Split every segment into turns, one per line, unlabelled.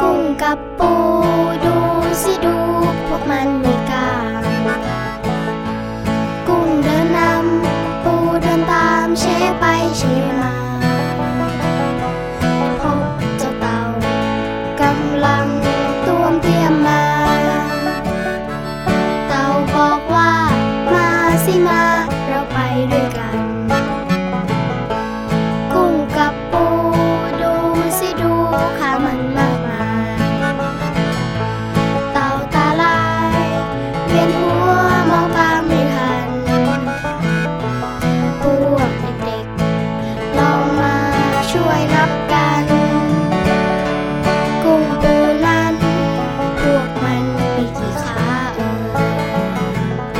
กุ้งกับปูดูสิดู พวกมันไม่กล้ากุ้งเดินนำปูเดินตามเชไปเชมาพบเจ้าเต่ากำลังตวมเตรียมมา เต่าบอกว่ามาสิมาเราไปด้วยกัน กุ้งกับปูดูสิดูข้ามันมากมายเต่าตาลายเวียนหัวมองตามไม่ทันพวกเด็กๆลองมาช่วยนับกัน กุ้งปูนั้นพวกมันมีกี่ขาเอ่ย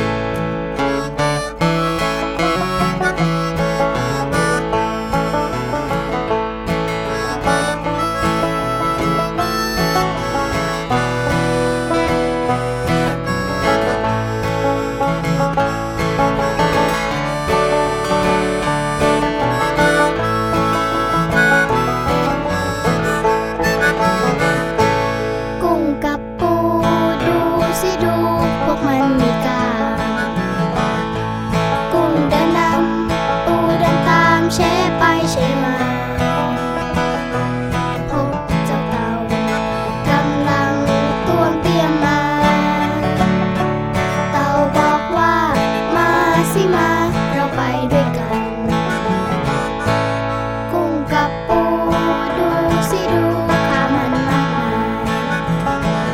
กุ้งกับปูดูสิดู พวกมันมีกากุ้งเดินนำปูเดินตามเชฟไปเชฟมา พบเจ้าเต่ากำลังตวงเตรียมมา เต่าบอกว่ามาสิมาเราไปด้วยกัน กุ้งกับปูดูสิดูข้ามันมากมาย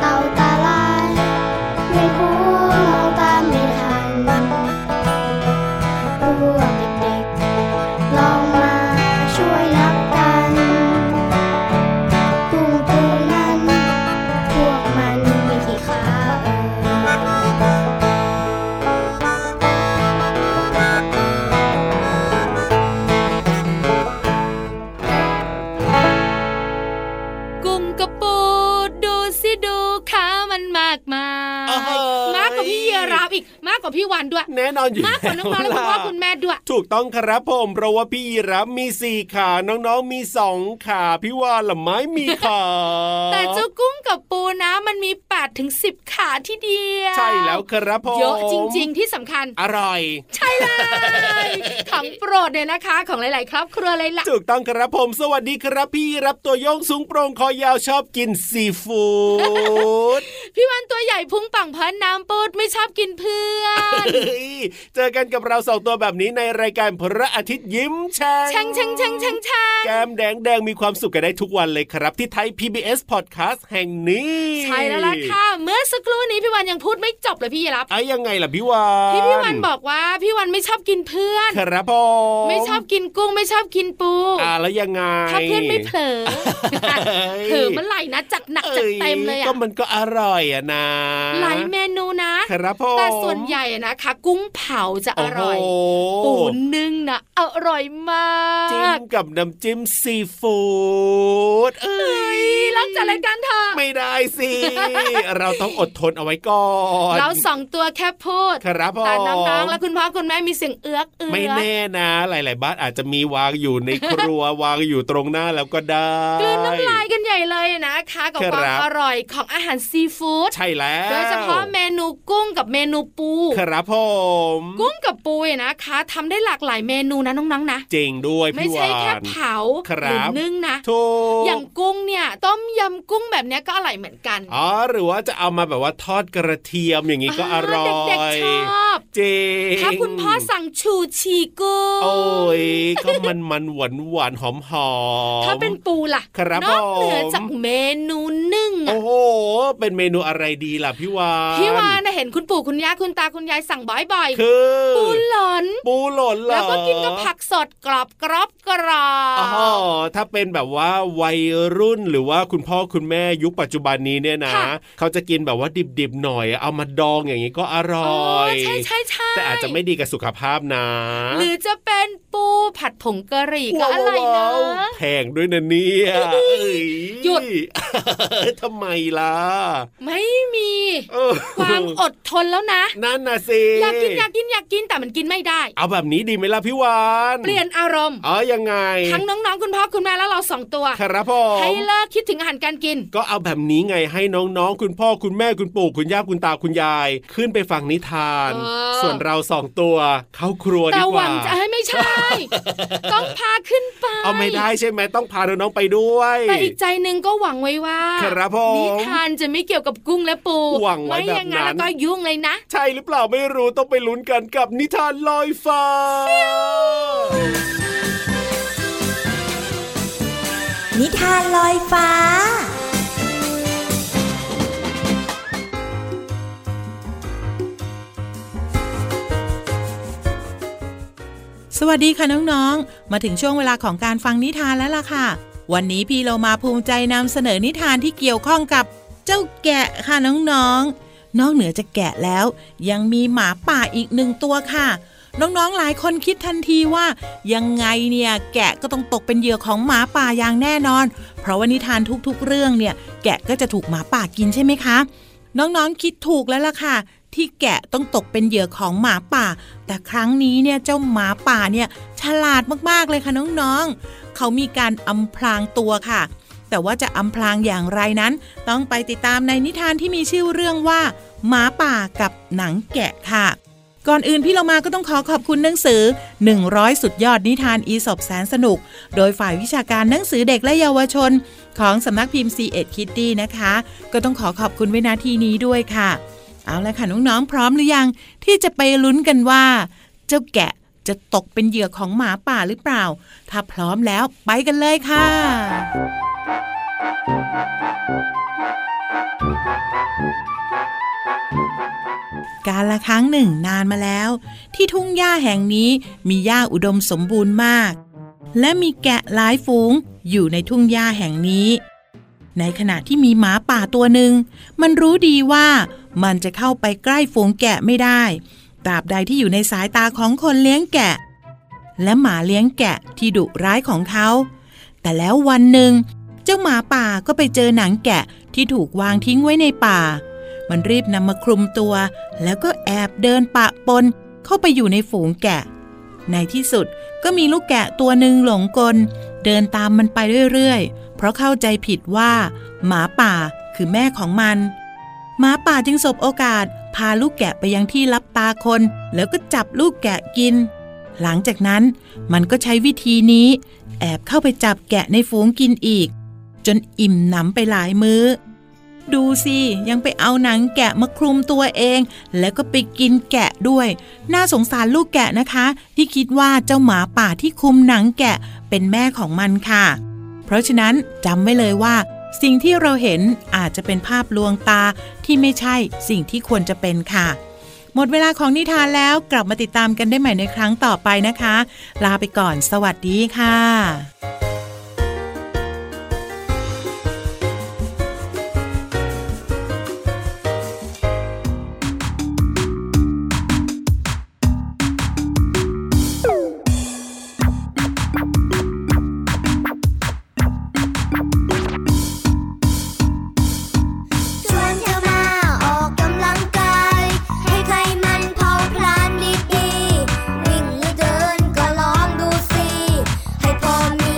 เต่าตาลายไม่หัวมองตามไม่ทันพวกเด็กๆลองมาช่วยนับกันกุ้งตัวนั้น พวกมันมีกี่ขาเอ่ย
กุ้งกระปูดูสิดูขามันมากมาย
โอ้โห
มากกว่าพี่เยราฟอีกมากกว่าพี่วันด้วย
แน่นอนอยู่
มากกว่าน้องๆและ
แล้ว
คุณ
ล่ะ
พ่อคุณแม่ด้วย
ถูกต้องครับผมเพราะว่าพี่ยีรับมีสี่ขาน้องๆมีสองขาพี่วานละไม้มีขา
แต่เจ้ากุ้งกับปูนะมันมี8ปดถึงสิบขาที่เดียว
ใช่แล้วครับผม
เยอะจริง ๆ ที่สำคัญ
อร่อย
ใช่เลย ของโปรดเนี่ยนะคะ ของหลาย ๆ ครอบครัวเลยล่ะ
ถูกต้องครับผม สวัสดีครับพี่รับตัวโยงสูงโปร่งคอยาวชอบกินซีฟู้ด
พี่วันตัวใหญ่พุงปังพันน้ำปูดไม่ชอบกินเพื่อน
เฮ้ยเจอกันกับเราสองตัวแบบนี้ในรายการพระอาทิตย์ยิ้มแฉ่ง
แช่งแช่งแช่งแช่งแช่ง
แก้มแดงแดงมีความสุขกันได้ทุกวันเลยครับ ที่ไทย PBS Podcast แห่งนี้
ใช่แล้วล่ะค่ะ เมื่อสักครู่นี้พี่วันยังพูดไม่จบเลยพี่รับ
ไอ้ยังไงล่ะพี่วาน
ที่พี่วันบอกว่าพี่วันไม่ชอบกินเพื่อน
ครับผม
ไม่ชอบกินกุ้งไม่ชอบกินปู
อ่าแล้วยังไง
ถ้าเพื่อนไม่เผลอ
ย
เผลอเมื่อไหร่นะจัดหนักจัดเต็มเลย
ก็
อะ
มันก็อร่อยอะนะ
หลายเมนูนะ
ครับผม
แต่ส่วนใหญ่อะนะคะ กุ้งเผาจะอร่อย
โโห
ปูนึ่งนะอร่อยมาก
จิ้มกับน้ำจิ้มซีฟู้ดเอ้
เอ้
ย
ยรับจากรายการเธอะ
ไม่ได้สิ เราต้องอดทนเอาไว้ก่อน
เราสองตัวแค่พูด
ครับผม
แต่น้องๆและคุณพ่อคุณแม่มีเสียงเอื้อกเอื้
ไม่
อก
แน่นะ หลาย ๆ บ้านอาจจะมีวางอยู่ในครัว วางอยู่ตรงหน้าแล้วก็ได้
กลืนน้ำลายกันใหญ่เลยนะคะ กับ
ครับ
ความอร่อยของอาหารซีฟู้ด
ใช่แล้ว
โดยเฉพาะเมนูกุ้งกับเมนูปู
ครับผม
กุ้งกับปูเนี่ยนะคะทำได้หลากหลายเมนูนะน้องๆนะ
เจ๋งด้วย
ไม่
พี่วา
ใช่แค่
น
เผา
ครั
หรื
บ
นึ่งนะ
ถูก
อย่างกุ้งเนี่ย ต้มยำกุ้งแบบเนี้ยก็อร่อยเหมือนกัน
อ๋อหรือว่าจะเอามาแบบว่าทอดกระเทียมอย่างนี้ก็อร่อย
เด็กๆชอบ
เจ๋ง
ถ้าคุณพ่อสั่งชูชีกุ้ง
โอ้ยก็มันมันหวานหวานๆหอมหอม
ถ้าเป็นปูล่ะ
ครับ
นอกเหนื
ผ
อ
ม
จากเมนูนึ่งอะ
โอ้โห เป็นเมนูอะไรดีล่ะพี่วาน
พี่วานนะเห็นคุณปู่คุณย่าคุณตาคุณยายสั่งบ่อย
คือ
ๆปูหลอน
ปูหล่นเหรอ
แล้วก็กินกับ ผักสดกรอบกรอบกรอ
อ๋อบ ถ้าเป็นแบบว่าวัยรุ่นหรือว่าคุณพ่อคุณแม่ยุคปัจจุบันนี้เนี่ยนะ
ค่ะ
เขาจะกินแบบว่าดิบๆหน่อย เอามาดองอย่างนี้ก็อร่อย
ใช่ใช่ใช่
แต่อาจจะไม่ดีกับสุขภาพนะ
หรือจะเป็นปูผัดผงกะหรี่ก็อร่อยนะ
ว้าวแพงด้วยนะเนี่ยเอ้
หยุด
ทำไมล่ะ
ไม่มี
เออ
ความอดทนแล้วนะ
นั่นน่ะสิ
อยากกินอยากกินอยากกินแต่มันกินไม่ได้
เอาแบบนี้ดีไหมล่ะพี่วาน
เปลี่ยนอารมณ์
อ๋อยังไง
ทั้งน้องๆ คุณพ่อคุณแม่แล้วเราสองตัว
ครับผม
ให้เลิกคิดถึงอาหารการกิน
ก็เอาแบบนี้ไงให้น้องๆ คุณพ่อคุณแม่คุณปู่คุณย่าคุณตาคุณยาย ขึ้นไปฟังนิทาน
เออ
ส่วนเราสองตัวเข้าครัวดี
แต่
ก
หวั
ว่า
งจะให้ไม่ใช่ ต้องพาขึ้นไป
เอาไม่ได้ใช่ไหมต้องพาน้องๆไปด้วย
แต่อีกใจหนึ่งก็หวังไว้ว่า
ครับผม
นิทานจะไม่เกี่ยวกับกุ้งและปู
หวังไว้
ไม่อย่างนั้น
แบบนั้น
แล้วก็ยุ่งเลยนะ
ใช่หรือเปล่าไม่รู้ต้องไปลุ้นกันกับนิทานลอยฟ้า
นิทานลอยฟ้า
สวัสดีค่ะน้องๆ มาถึงช่วงเวลาของการฟังนิทานแล้วล่ะค่ะ วันนี้พี่เรามาภูมิใจนำเสนอนิทานที่เกี่ยวข้องกับเจ้าแกะค่ะน้องๆ นอกเหนือจากแกะแล้ว ยังมีหมาป่าอีกหนึ่งตัวค่ะ น้องๆ หลายคนคิดทันทีว่า ยังไงเนี่ยแกะก็ต้องตกเป็นเหยื่อของหมาป่าอย่างแน่นอน เพราะว่านิทานทุกๆ เรื่องเนี่ยแกะก็จะถูกหมาป่ากินใช่ไหมคะ น้องๆ คิดถูกแล้วล่ะค่ะ ที่แกะต้องตกเป็นเหยื่อของหมาป่า แต่ครั้งนี้เนี่ยเจ้าหมาป่าเนี่ยฉลาดมากๆเลยค่ะน้องๆ เขามีการอำพรางตัวค่ะ แต่ว่าจะอำพรางอย่างไรนั้น ต้องไปติดตามในนิทานที่มีชื่อเรื่องว่า หมาป่ากับหนังแกะค่ะ ก่อนอื่นพี่เรามาก็ต้องขอขอบคุณหนังสือ 100 สุดยอดนิทานอีสบแสนสนุก โดยฝ่ายวิชาการหนังสือเด็กและเยาวชน ของสำนักพิมพ์ C ีเอ็ดคิตตี้นะคะ ก็ต้องขอขอบคุณไว้นาทีนี้ด้วยค่ะ เอาละค่ะน้องๆพร้อมหรือยังที่จะไปลุ้นกันว่า เจ้าแกะจะตกเป็นเหยื่อของหมาป่าหรือเปล่า ถ้าพร้อมแล้วไปกันเลยค่ะ การละครั้งหนึ่งนานมาแล้ว ที่ทุ่งหญ้าแห่งนี้มีหญ้าอุดมสมบูรณ์มาก และมีแกะหลายฝูงอยู่ในทุ่งหญ้าแห่งนี้ ในขณะที่มีหมาป่าตัวหนึ่ง มันรู้ดีว่ามันจะเข้าไปใกล้ฝูงแกะไม่ได้ ตราบใดที่อยู่ในสายตาของคนเลี้ยงแกะ และหมาเลี้ยงแกะที่ดุร้ายของเขา แต่แล้ววันหนึ่ง เจ้าหมาป่าก็ไปเจอหนังแกะที่ถูกวางทิ้งไว้ในป่า มันรีบนำมาคลุมตัว แล้วก็แอบเดินปะปนเข้าไปอยู่ในฝูงแกะ ในที่สุดก็มีลูกแกะตัวหนึ่งหลงกล เดินตามมันไปเรื่อยๆ เพราะเข้าใจผิดว่า หมาป่าคือแม่ของมัน หมาป่าจึงสบโอกาส พาลูกแกะไปยังที่ลับตาคน แล้วก็จับลูกแกะกิน หลังจากนั้นมันก็ใช้วิธีนี้ แอบเข้าไปจับแกะในฝูงกินอีก จนอิ่มหนำไปหลายมื้อ ดูสิ ยังไปเอาหนังแกะมาคลุมตัวเอง แล้วก็ไปกินแกะด้วย น่าสงสารลูกแกะนะคะ ที่คิดว่าเจ้าหมาป่าที่คุมหนังแกะเป็นแม่ของมันค่ะ เพราะฉะนั้นจำไว้เลยว่า สิ่งที่เราเห็นอาจจะเป็นภาพลวงตาที่ไม่ใช่สิ่งที่ควรจะเป็นค่ะ หมดเวลาของนิทานแล้วกลับมาติดตามกันได้ใหม่ในครั้งต่อไปนะคะ ลาไปก่อนสวัสดีค่ะ
ชวนเธอมาออกกำลังกาย ให้ใจมันเผาพลานดีๆวิ่งหรือเดินก็ลองดูสิ ให้พอมี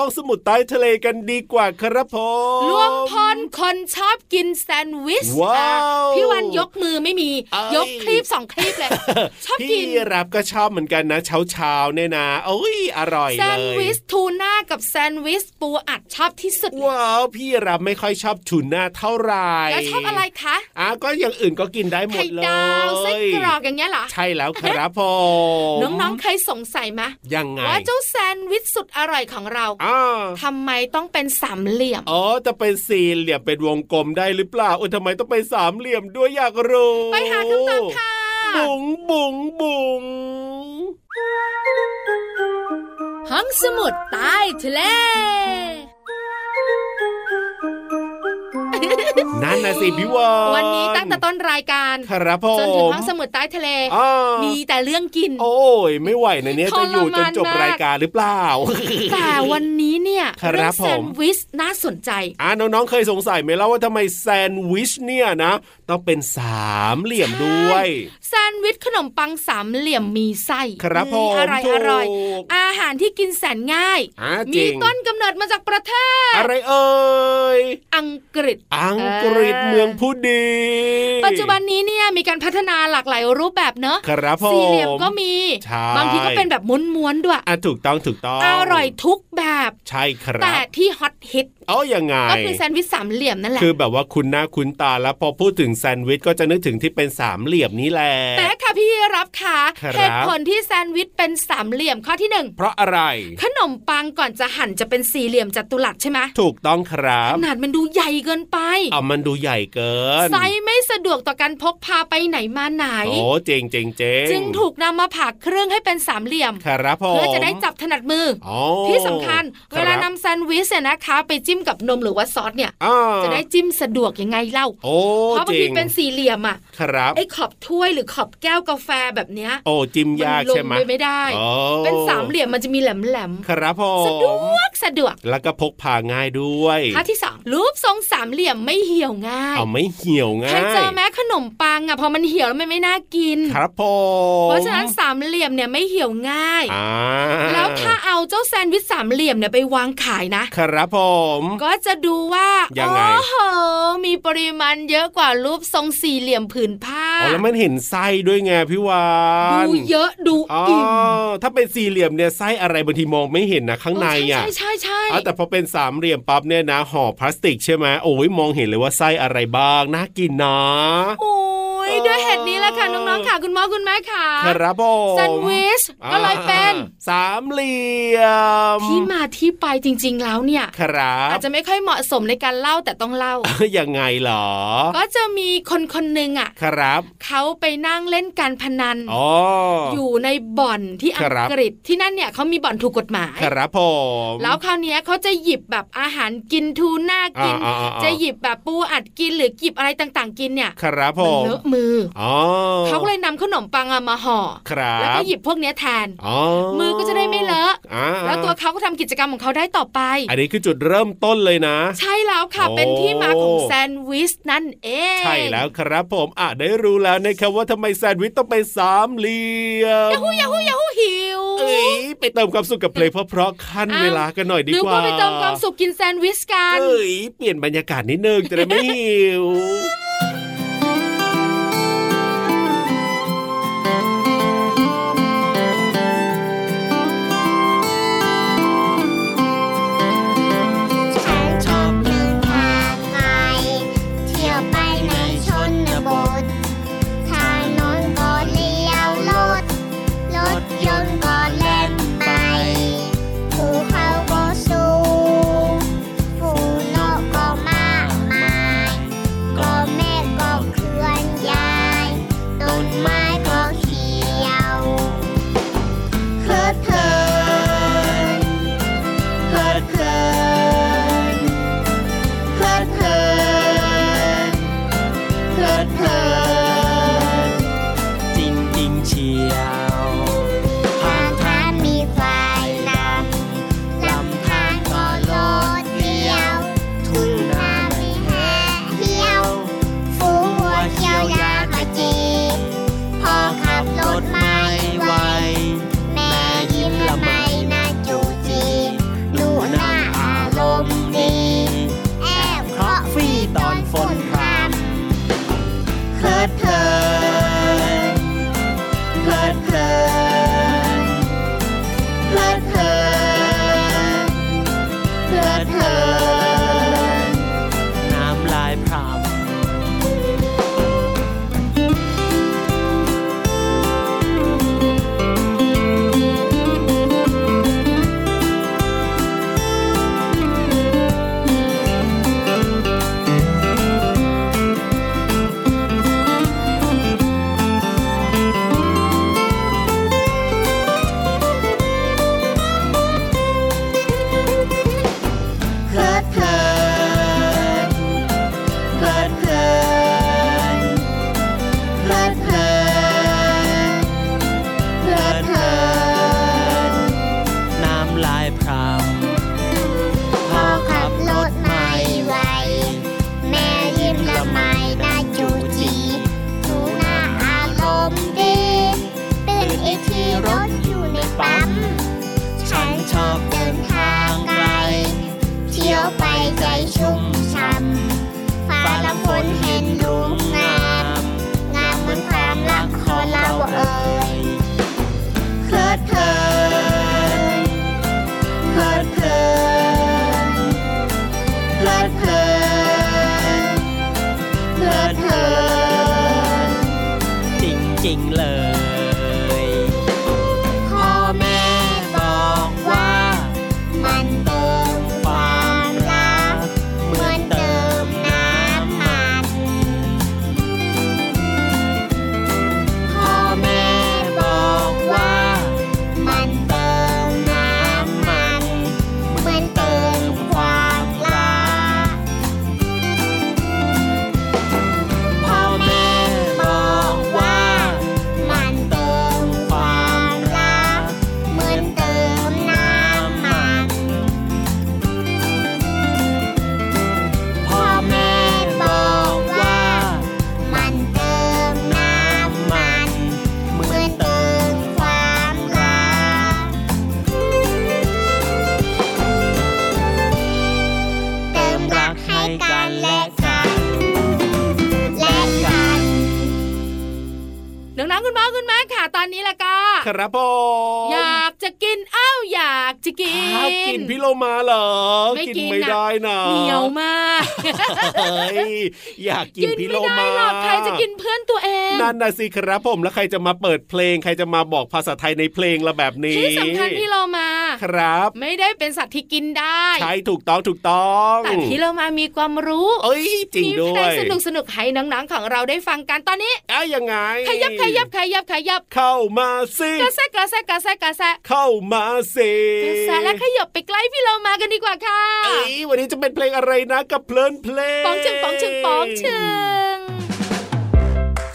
องสมุดใต้ทะเลกันดีกว่าครับผม
ล่วงพลคนชอบกินแซนด์วิช
ว้าว
อ่ะพี่วันยกมือไม่มี
เอ้ย
ยกคลิปสองคลิปเลย ชอบ
พี่
กิน
รับก็ชอบเหมือนกันนะเช้าเช้าๆเนี่ยนะโอ้ยอร่อย
แซ
เล
นด์
ย
วิชทูน่ากับแซนด์วิชปูอัดชอบที่สุดเลย
ว้าวพี่รับไม่ค่อยชอบทูน่าเท่าไหร่
แล้วชอบอะไรคะ
อ่ะก็อย่างอื่นก็กินได้หม
ไข่
ดเลย
ดาวไส้กรอกอย่างเงี้ยเหรอ
ใช่แล้วครับผม
น้องๆเคยสงสัยไหม
ยังไง
ว่าเจ้าแซนด์วิชสุดอร่อยของเรา
อ้าว
ทำไมต้องเป็นสามเหลี่ยม
อ๋อจะเป็นสี่เหลี่ยมเป็นวงกลมได้หรือเปล่าโอ้ยทำไมต้องเป็นสามเหลี่ยมด้วยอยากรู้
ไปหาคำตอบค่ะ
บุ๋งบุ๋งบุ๋ง
ห้องสมุดใต้ทะเล
นั่นนะสิพี่วอน
วันนี้ตั้งแต่ต้นรายการ
ครับผม
จนถึงห้องสมุดใต้ทะเล
อ้า
มีแต่เรื่องกิน
โอ้ยไม่ไหวนะเนี่ยจะอยู่จนจบ
ทรมานมาก
รายการหรือเปล่า
แต่วันนี้เนี่ย
ครับ
เรื่องแซน
ผม
ด์วิชน่าสนใจ
อ่าน้องๆเคยสงสัยไหมล่ะว่าทำไมแซนด์วิชเนี่ยนะต้องเป็นสามเหลี่ยมด้วย
แซนด์วิชขนมปังสามเหลี่ยมมีไส้
ครับ
อื
ผม
อร่อย
ถู
อก ร่อย อาหารที่กินแสนง่าย
อ่าจ
มี
ริง
ต้นกำเนิดมาจากประเทศ
อะไรเอ่ย
อังกฤษ
อังกฤษเมืองผู้ดี
ปัจจุบันนี้เนี่ยมีการพัฒนาหลากหลายรูปแบบเนอะ
ครับผม
สี่เหลี่ยมก็มี
ใช่
บางทีก็เป็นแบบม้วนๆด้วย
อ่ะถูกต้องถูกต้อง
อร่อยทุกแบบ
ใช่ครั
แต่
บ
ที่ฮอตฮิต
เอ้อยังไง
ก็คือแซนด์วิชสามเหลี่ยมนั่นแหละ
คือแบบว่าคุณหน้าคุณตาแล้วพอพูดถึงแซนด์วิชก็จะนึกถึงที่เป็นสามเหลี่ยมนี้แหละ
แต่ค่ะพี่รับค่ะ
ครับ
เหตุผลที่แซนด์วิชเป็นสามเหลี่ยมข้อที่หนึ่ง
เพราะอะไร
ขนมปังก่อนจะหั่นจะเป็นสี่เหลี่ยมจัตุรัสใช่ไหม
ถูกต้องครั
ข
บ
นาดมันดูใหญ่เกินไป
เอามันดูใหญ่เกิน
ไซส์ไม่สะดวกต่อการพกพาไปไหนมาไหน
โอ้เจ๋งเจ๋งเจ๋ง
จึงถูกนำมาผ่าเครื่องให้เป็นสามเหลี่ยม
ครับผม
เพื่อจะได้จับถนัดมืออ
อ๋อ
ที่สำคัญ
รับ
เวลานำแซนด์วิชเนี่ยนะคะ ไปจิ้มกับนมหรือว่าซอสเนี่ย
อ่า
จะได้จิ้มสะดวกยังไงเล่า
โอ้
เพราะบาง
จ๋
ทีเป็นสี่เหลี่ยมอ่ะ
ครับ
ไอ้ขอบถ้วยหรือขอบแก้วกาแฟแบบเนี้ย
โอ้จิ้มยาก
ลง
ใช่ไหม
ไปไม่ได้
โอ้
เป็นสามเหลี่ยมมันจะมีแหลมแหลม
ครับผ
ๆสะด
ม
วกสะดวก
แล้วก็พกพาง่ายด้วย
ท่าที่สองรูปทรงสามเหลี่ยมไม่เหี่ยวง่าย
เอาไม่เหี่ยวง่าย
เคยเจอแม้ขนมปังอ่ะพอมันเหี่ยวแล้วมันไม่น่ากิน
ครับผม
เพราะฉะนั้นสามเหลี่ยมเนี่ยไม่เหี่ยวง่าย
อ่า
แล้วถ้าเอาเจ้าแซนด์วิชสามเหลี่ยมเนี่ยไปวางขายนะ
ครับผม
ก็จะดูว่า
ยั
ย
งไง
โอ้โหมีปริมาณเยอะกว่ารูปทรงสี่เหลี่ยมผืนผ้า
อ๋อแล้วมันเห็นไส้ด้วยไงพี่วาน
ดูเยอะดู
อ๋ออ
อิ่ม
ถ้าเป็นสี่เหลี่ยมเนี่ยไส้อะไรบางทีมองไม่เห็นนะข้างในอ่ะ
ใช่ใช่ใช่
อ๋อ
ใช่
แต่พอเป็นสามเหลี่ยมปั๊บเนี่ยนะห่อพลาสติกใช่ไหมโอ้ยมองเห็นเลยว่าไส้อะไรบ้างน่ากินนะ
โอ้ย
เออ
ด้วยเหตุนี้แหละค่ะน้องๆค่ะ คุณพ่อคุณแม่ค่ะ
ครับผม
แซนด์วิชก็เลยเป็น
อ่าสามเหลี่ยม
ที่มาที่ไปจริงๆแล้วเนี่ย
ครับ
อาจจะไม่ค่อยเหมาะสมในการเล่าแต่ต้องเล่า
ยังไงเหรอ
ก็จะมีคนคนหนึ่งอ่ะ
ครับ
เขาไปนั่งเล่นการพนัน
อ๋ออ
อยู่ในบ่อนที่อัง
ครับ
กฤษที่นั่นเนี่ยเขามีบ่อนถูกกฎหมาย
ครับผม
แล้วคราวเนี้ยเขาจะหยิบแบบอาหารกินทูน่ากิน
อ่าอ่าอ่า
จะหยิบแบบปูอัดกินหรือหยิบอะไรต่างๆ กินเนี่ย
ครับผ
มัน
ม
เลอะมือ
อ๋อ
เขาก็เลยนำขนมปังอะมาห่อ
ครับ
แล้วก็หยิบพวกเนี้ยแทน
อ๋อ
มือก็จะได้ไม่เลอะ
อ่า
แล้วตัวเขาก็ทำกิจกรรมของเขาได้ต่อไป
อันนี้คือจุดเริ่มต้นเลยนะ
ใช่แล้วค่ะ
โอ้
เป็นที่มาของแซนด์วิชนั่นเอง
ใช่แล้วครับผมอ่ะได้รู้แล้วนะครับว่าทำไมแซนด์วิชต้องเป็นสามเหลี่ยม
ยาฮูยาฮูยาฮูหิว
เอ้ยไปเติมความสุขกับเพลงเพราะๆขั้นเวลากันหน่อยดี
นึก
กว่า
ว่าไปเติมความสุขกินแซนด์วิชกัน
เอ้ยเปลี่ยนบรรยากาศนิดนึงจะได้ไม่หิว
ฉันชอบเดินทางไกล เที่ยวไปในชนบท ทางโน้นก็เลี้ยวรถ รถยนต์ก็เล่นไป ภูเขาก็สูง ฟูโนก็มากมาย ก็ไม่
ใจชุ่มช่ำฟ้าละฝนเห็นลูกงามงามเหมือนความรักของเราเอ่ยเพลิดเพลินเพลิดเพลินเพลิดเพลินเพลิดเพลิน
จริง ๆ เลย
พ่อแม่บอกว่ามันเติมความรักเหมือนเติมน้ำมันพ่อแม่บอกว่ามันเติมน้ำมันเหมือนเติมความรักพ่อแม่บอกว่า มันเติมความรักเหมือนเติมน้ำมันพ่อแม่บอกว่า มันเติมน้ำมันเหมือนเติมความรักเติมรักให้กันและกัน และกัน
น้องๆคุณพ่อคุณแม่ค่ะตอนนี้ละก็
ครับผ
อ
ม
ยากจะกินอ้าวอยากจะกิน
อ้าวกินพี่โลมาเหรอ
ไม่
กิน
กิน
ไม่
น่ะ
ได้นะ
เหนียวมาก
เฮ้ยอยากกินพี่โล
ไม่
มา
ได้หรอกใครจะกินเพื่อนตัวเอง
นั่นนะสิครับผมแล้วใครจะมาเปิดเพลง ใครจะมาบอกภาษาไทยในเพลงละแบบนี้
ที่สำคัญพี่เรามา
ครับ
ไม่ได้เป็นสัตว์ที่กินได้
ใช่ถูกต้องถูกต้อง
แต่พี่เรามามีความรู้
เอ้ยจริง
มี
ด้
เพ
ว
ล
ย
งสนุกสนุกๆให้น้องๆของเราได้ฟังกันตอนนี้
เอ้ยยังไง
ขยับขยับขยับขยับ
เข้ามาสิ
กระแซะกระแซะกระแซะกระแซะ
เข้ามาสิ
กระแซะและขยับไปใกล้พี่เรามากันดีกว่าค่ะ
เอ้ยวันนี้จะเป็นเพลงอะไรนะกับเพลินเพลง
ปองชึงปองชึงปองชึง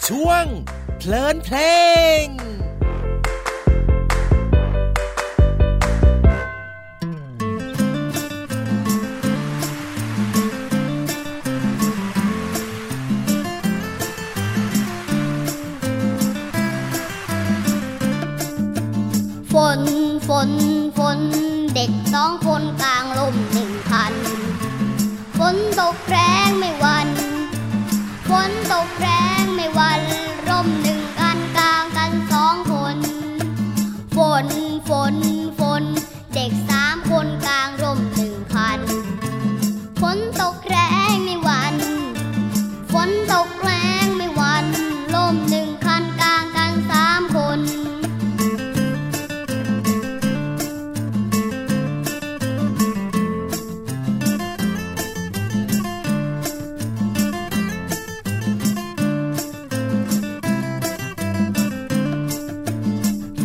ช่วง เพลินเพลง
ฝน ฝน ฝน เด็กสองคนกลางลมหนึ่งพัน ฝนตกแรงไม่หวัน ฝนตกแรงไม่หวันร่มหนึ่งกันกลางกันสองคน ฝน ฝน ฝน เด็กสามคนกลางร่มหนึ่งพัน ฝนตกแรงไม่หวัน ฝนตกแรงไม่หวันร่มหนึ่งคันกลางกันสามคน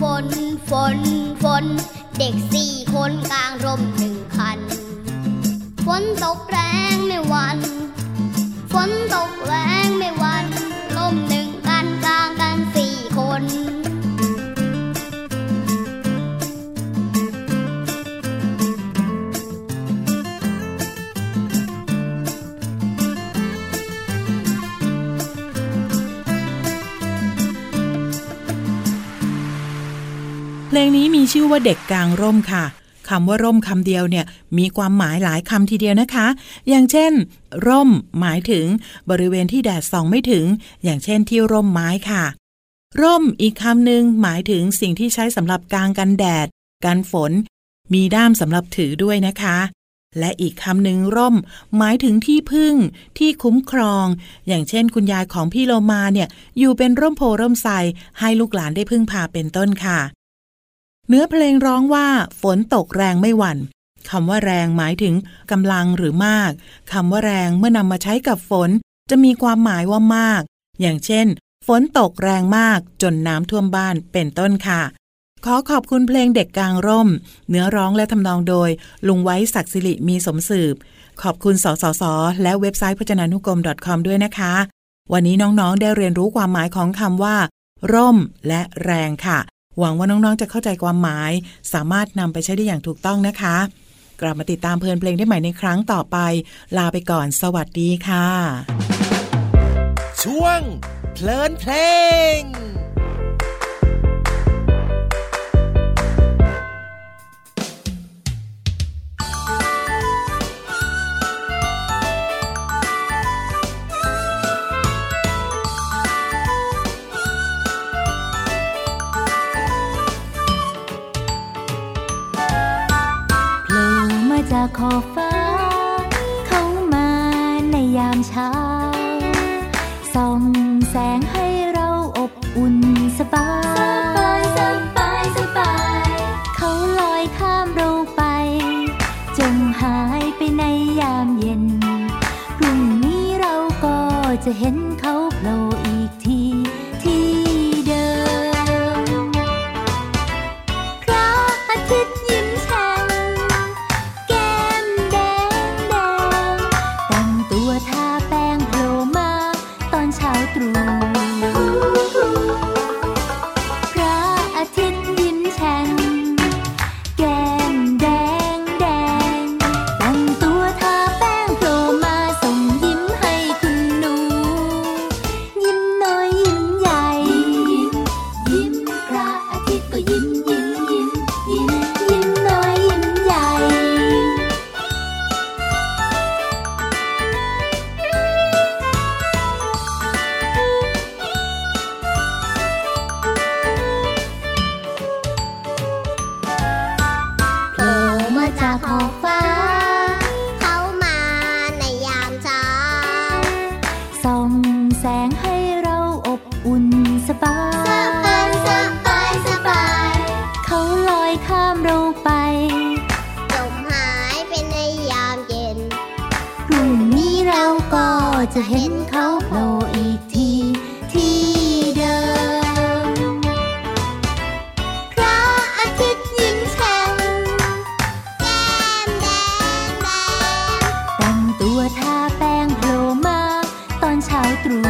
ฝน ฝน ฝน เด็กสี่คนกลางร่มหนึ่งคัน ฝนตกแรงไม่หวัน ฝนตกแรงไม่หวันร่มหนึ่งกันกลางกันสี่คน
เพลงนี้มีชื่อว่าเด็กกลางร่มค่ะคำว่าร่มคำเดียวเนี่ยมีความหมายหลายคำทีเดียวนะคะ อย่างเช่น ร่ม หมายถึงบริเวณที่แดดส่องไม่ถึง อย่างเช่นที่ร่มไม้ค่ะ ร่มอีกคำหนึ่งหมายถึงสิ่งที่ใช้สำหรับกางกันแดดกันฝน มีด้ามสำหรับถือด้วยนะคะ และอีกคำหนึ่งร่ม หมายถึงที่พึ่ง ที่คุ้มครอง อย่างเช่น คุณยายของพี่โลมาเนี่ยอยู่เป็นร่มโพร่มไทรให้ลูกหลานได้พึ่งพาเป็นต้นค่ะ เนื้อเพลงร้องว่า ฝนตกแรงไม่หวั่นคำว่าแรงหมายถึงกำลังหรือมากคำว่าแรงเมื่อนำมาใช้กับฝน จะมีความหมายว่ามาก อย่างเช่น ฝนตกแรงมากจนน้ำท่วมบ้านเป็นต้นค่ะ ขอขอบคุณเพลงเด็กกลางร่ม เนื้อร้องและทำนองโดย ลุงไว้ศักดิ์สิริมีสมสืบ ขอบคุณสสส และเว็บไซต์พจนานุกรม .com ด้วยนะคะ วันนี้น้องๆ ได้เรียนรู้ความหมายของคำว่า ร่มและแรงค่ะ หวังว่าน้องๆ จะเข้าใจความหมาย สามารถนำไปใช้ได้อย่างถูกต้องนะคะ กลับมาติดตามเพลินเพลงได้ใหม่ในครั้งต่อไป ลาไปก่อน สวัสดีค่ะ
ช่วง เพลินเพลง
ฝ
อนเช้า ส่องแสงให้เราอบอุ่นสบาย สบาย สบาย เขาลอยข้ามเราไป จงหายไปในยามเย็น พรุ่งนี้เราก็จะเห็นเขาโผล่อีกทีที่เดิม พระอาทิตย์ยิ้มแฉ่งแก้มแดงแดงแต่งตัวทาแป้งโผล่มาตอนเช้าตรู่ พระอาทิตย์ยิ้มแฉ่งแก้มแดงแดงแต่งตัวทาแป้งโผล่มาส่งยิ้มให้คุณหนู ยิ้มน้อยยิ้มใหญ่ ยิ้มพระอาทิตย์ก็ยิ้มยิ้มยิ้มยิ้มยิ้มน้อยยิ้มใหญ่ โผล่มาจากขอบฟ้า
เขามาในยามเช้า
ส่องแสงให้เราอบอุ่นสบาย สบาย สบาย เขาลอยข้ามเราไป
จมหายไปในยามเย็น
พรุ่งนี้เราก็จะเห็นเขาโผล่อีกทีที่เดิม พระอาทิตย์ยิ้มแฉ่ง
แก้มแดงแดง
แต่งตัวทาแป้งโผล่มาตอนเช้าตรู่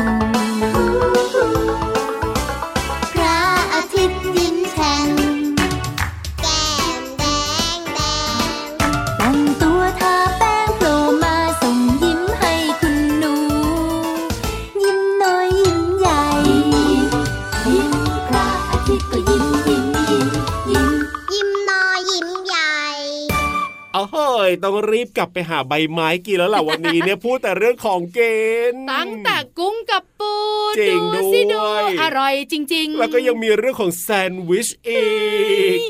พระอาทิตย์ยิ้มแฉ่ง
แก้มแดงแดง
แต่งตัวทาแป้งโผล่มาส่งยิ้มให้คุณหนู ยิ้มน้อยยิ้มใหญ่ ยิ้มพระอาทิตย์ก็ยิ้มยิ้มยิ้มยิ้ม
ยิ้มน้อยยิ้มใหญ่
โอ้โหยต้องรีบกลับไปหาใบไม้กินแล้วล่ะวันนี้เนี่ย พูดแต่เรื่องของเกณฑ์
ตั้งแต่กุ้งกับปู
จริ
ดู
ง
สิ
ด้
ดู
วย
อร่อยจริงๆ
แล้วก็ยังมีเรื่องของแซนด์วิชอีก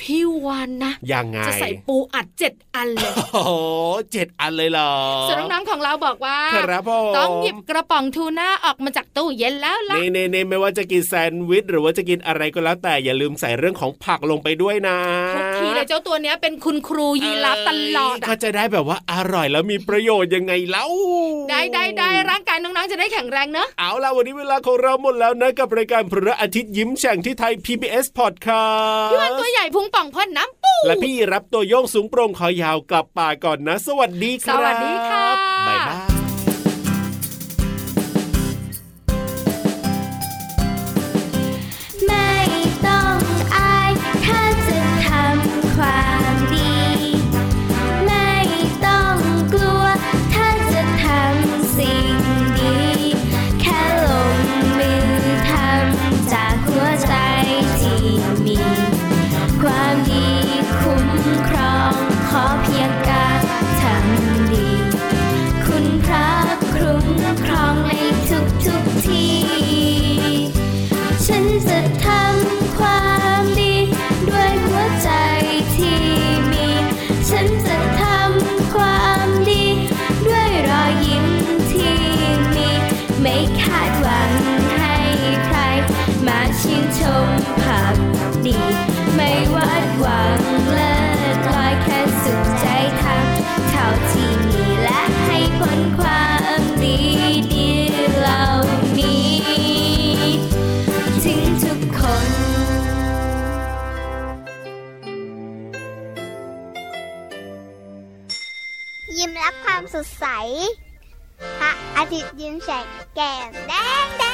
พี่วานนะ
ยังไง
จะใส่ปูอัดเจ็ดอันเลย
โอ้โหเจ็ดอันเลยเหรอ
ส่วนน้องๆของเราบอกว่า
ครับผม
ต้องหยิบกระป๋องทูน่าออกมาจากตู้เย็นแล้วล่ะ
เน่เน่เน่ไม่ว่าจะกินแซนด์วิชหรือว่าจะกินอะไรก็แล้วแต่อย่าลืมใส่เรื่องของผักลงไปด้วยนะ
ทุกทีเลยเจ้าตัวเนี้ยเป็นคุณครูยีราฟตลอด
เย
อะ
ก็จะได้แบบว่าอร่อยแล้วมีประโยชน์ยังไงเล่า
ได้ได้ได้ร่างกายน้องๆ จะได้แข็งแรงเนอะ
เอาล่ะวันนี้เวลาของเราหมดแล้วนะกับรายการพระอาทิตย์ยิ้มแฉ่งที่ไทย PBS Podcast
พี่วันตัวใหญ่พุงป่องพ่นน้ำปู
และพี่รับตัวโยงสูงโปร่งคอยาวกลับป่าก่อนนะ สวัสดีครับ
สวัสดีค่ะ
บ๊ายบาย
ไม่ต้องอาย ถ้าจะทำความดี ไม่ต้องกลัว ถ้าจะทำสิ่งดี แค่ลงมือทำจากหัวใจที่มี ความดีคุ้มครอง ขอเพียงการทำดี คุณพระคุ้มครองในทุกทุกๆที่ ฉันจะทำความดี ด้วยหัวใจที่มี ฉันจะทำความดี ด้วยรอยยิ้มที่มี ไม่คาดหวังให้ใคร มาชื่นชมผักดี ไม่วาดหวังเลิศลอยแค่สุขใจทำเท่าที่มีและให้ผลความดีดีเหล่านี้ ถึงทุกคน
ยิ้มรับความสดใส พระอาทิตย์ยิ้มแฉกแก้มแดงแด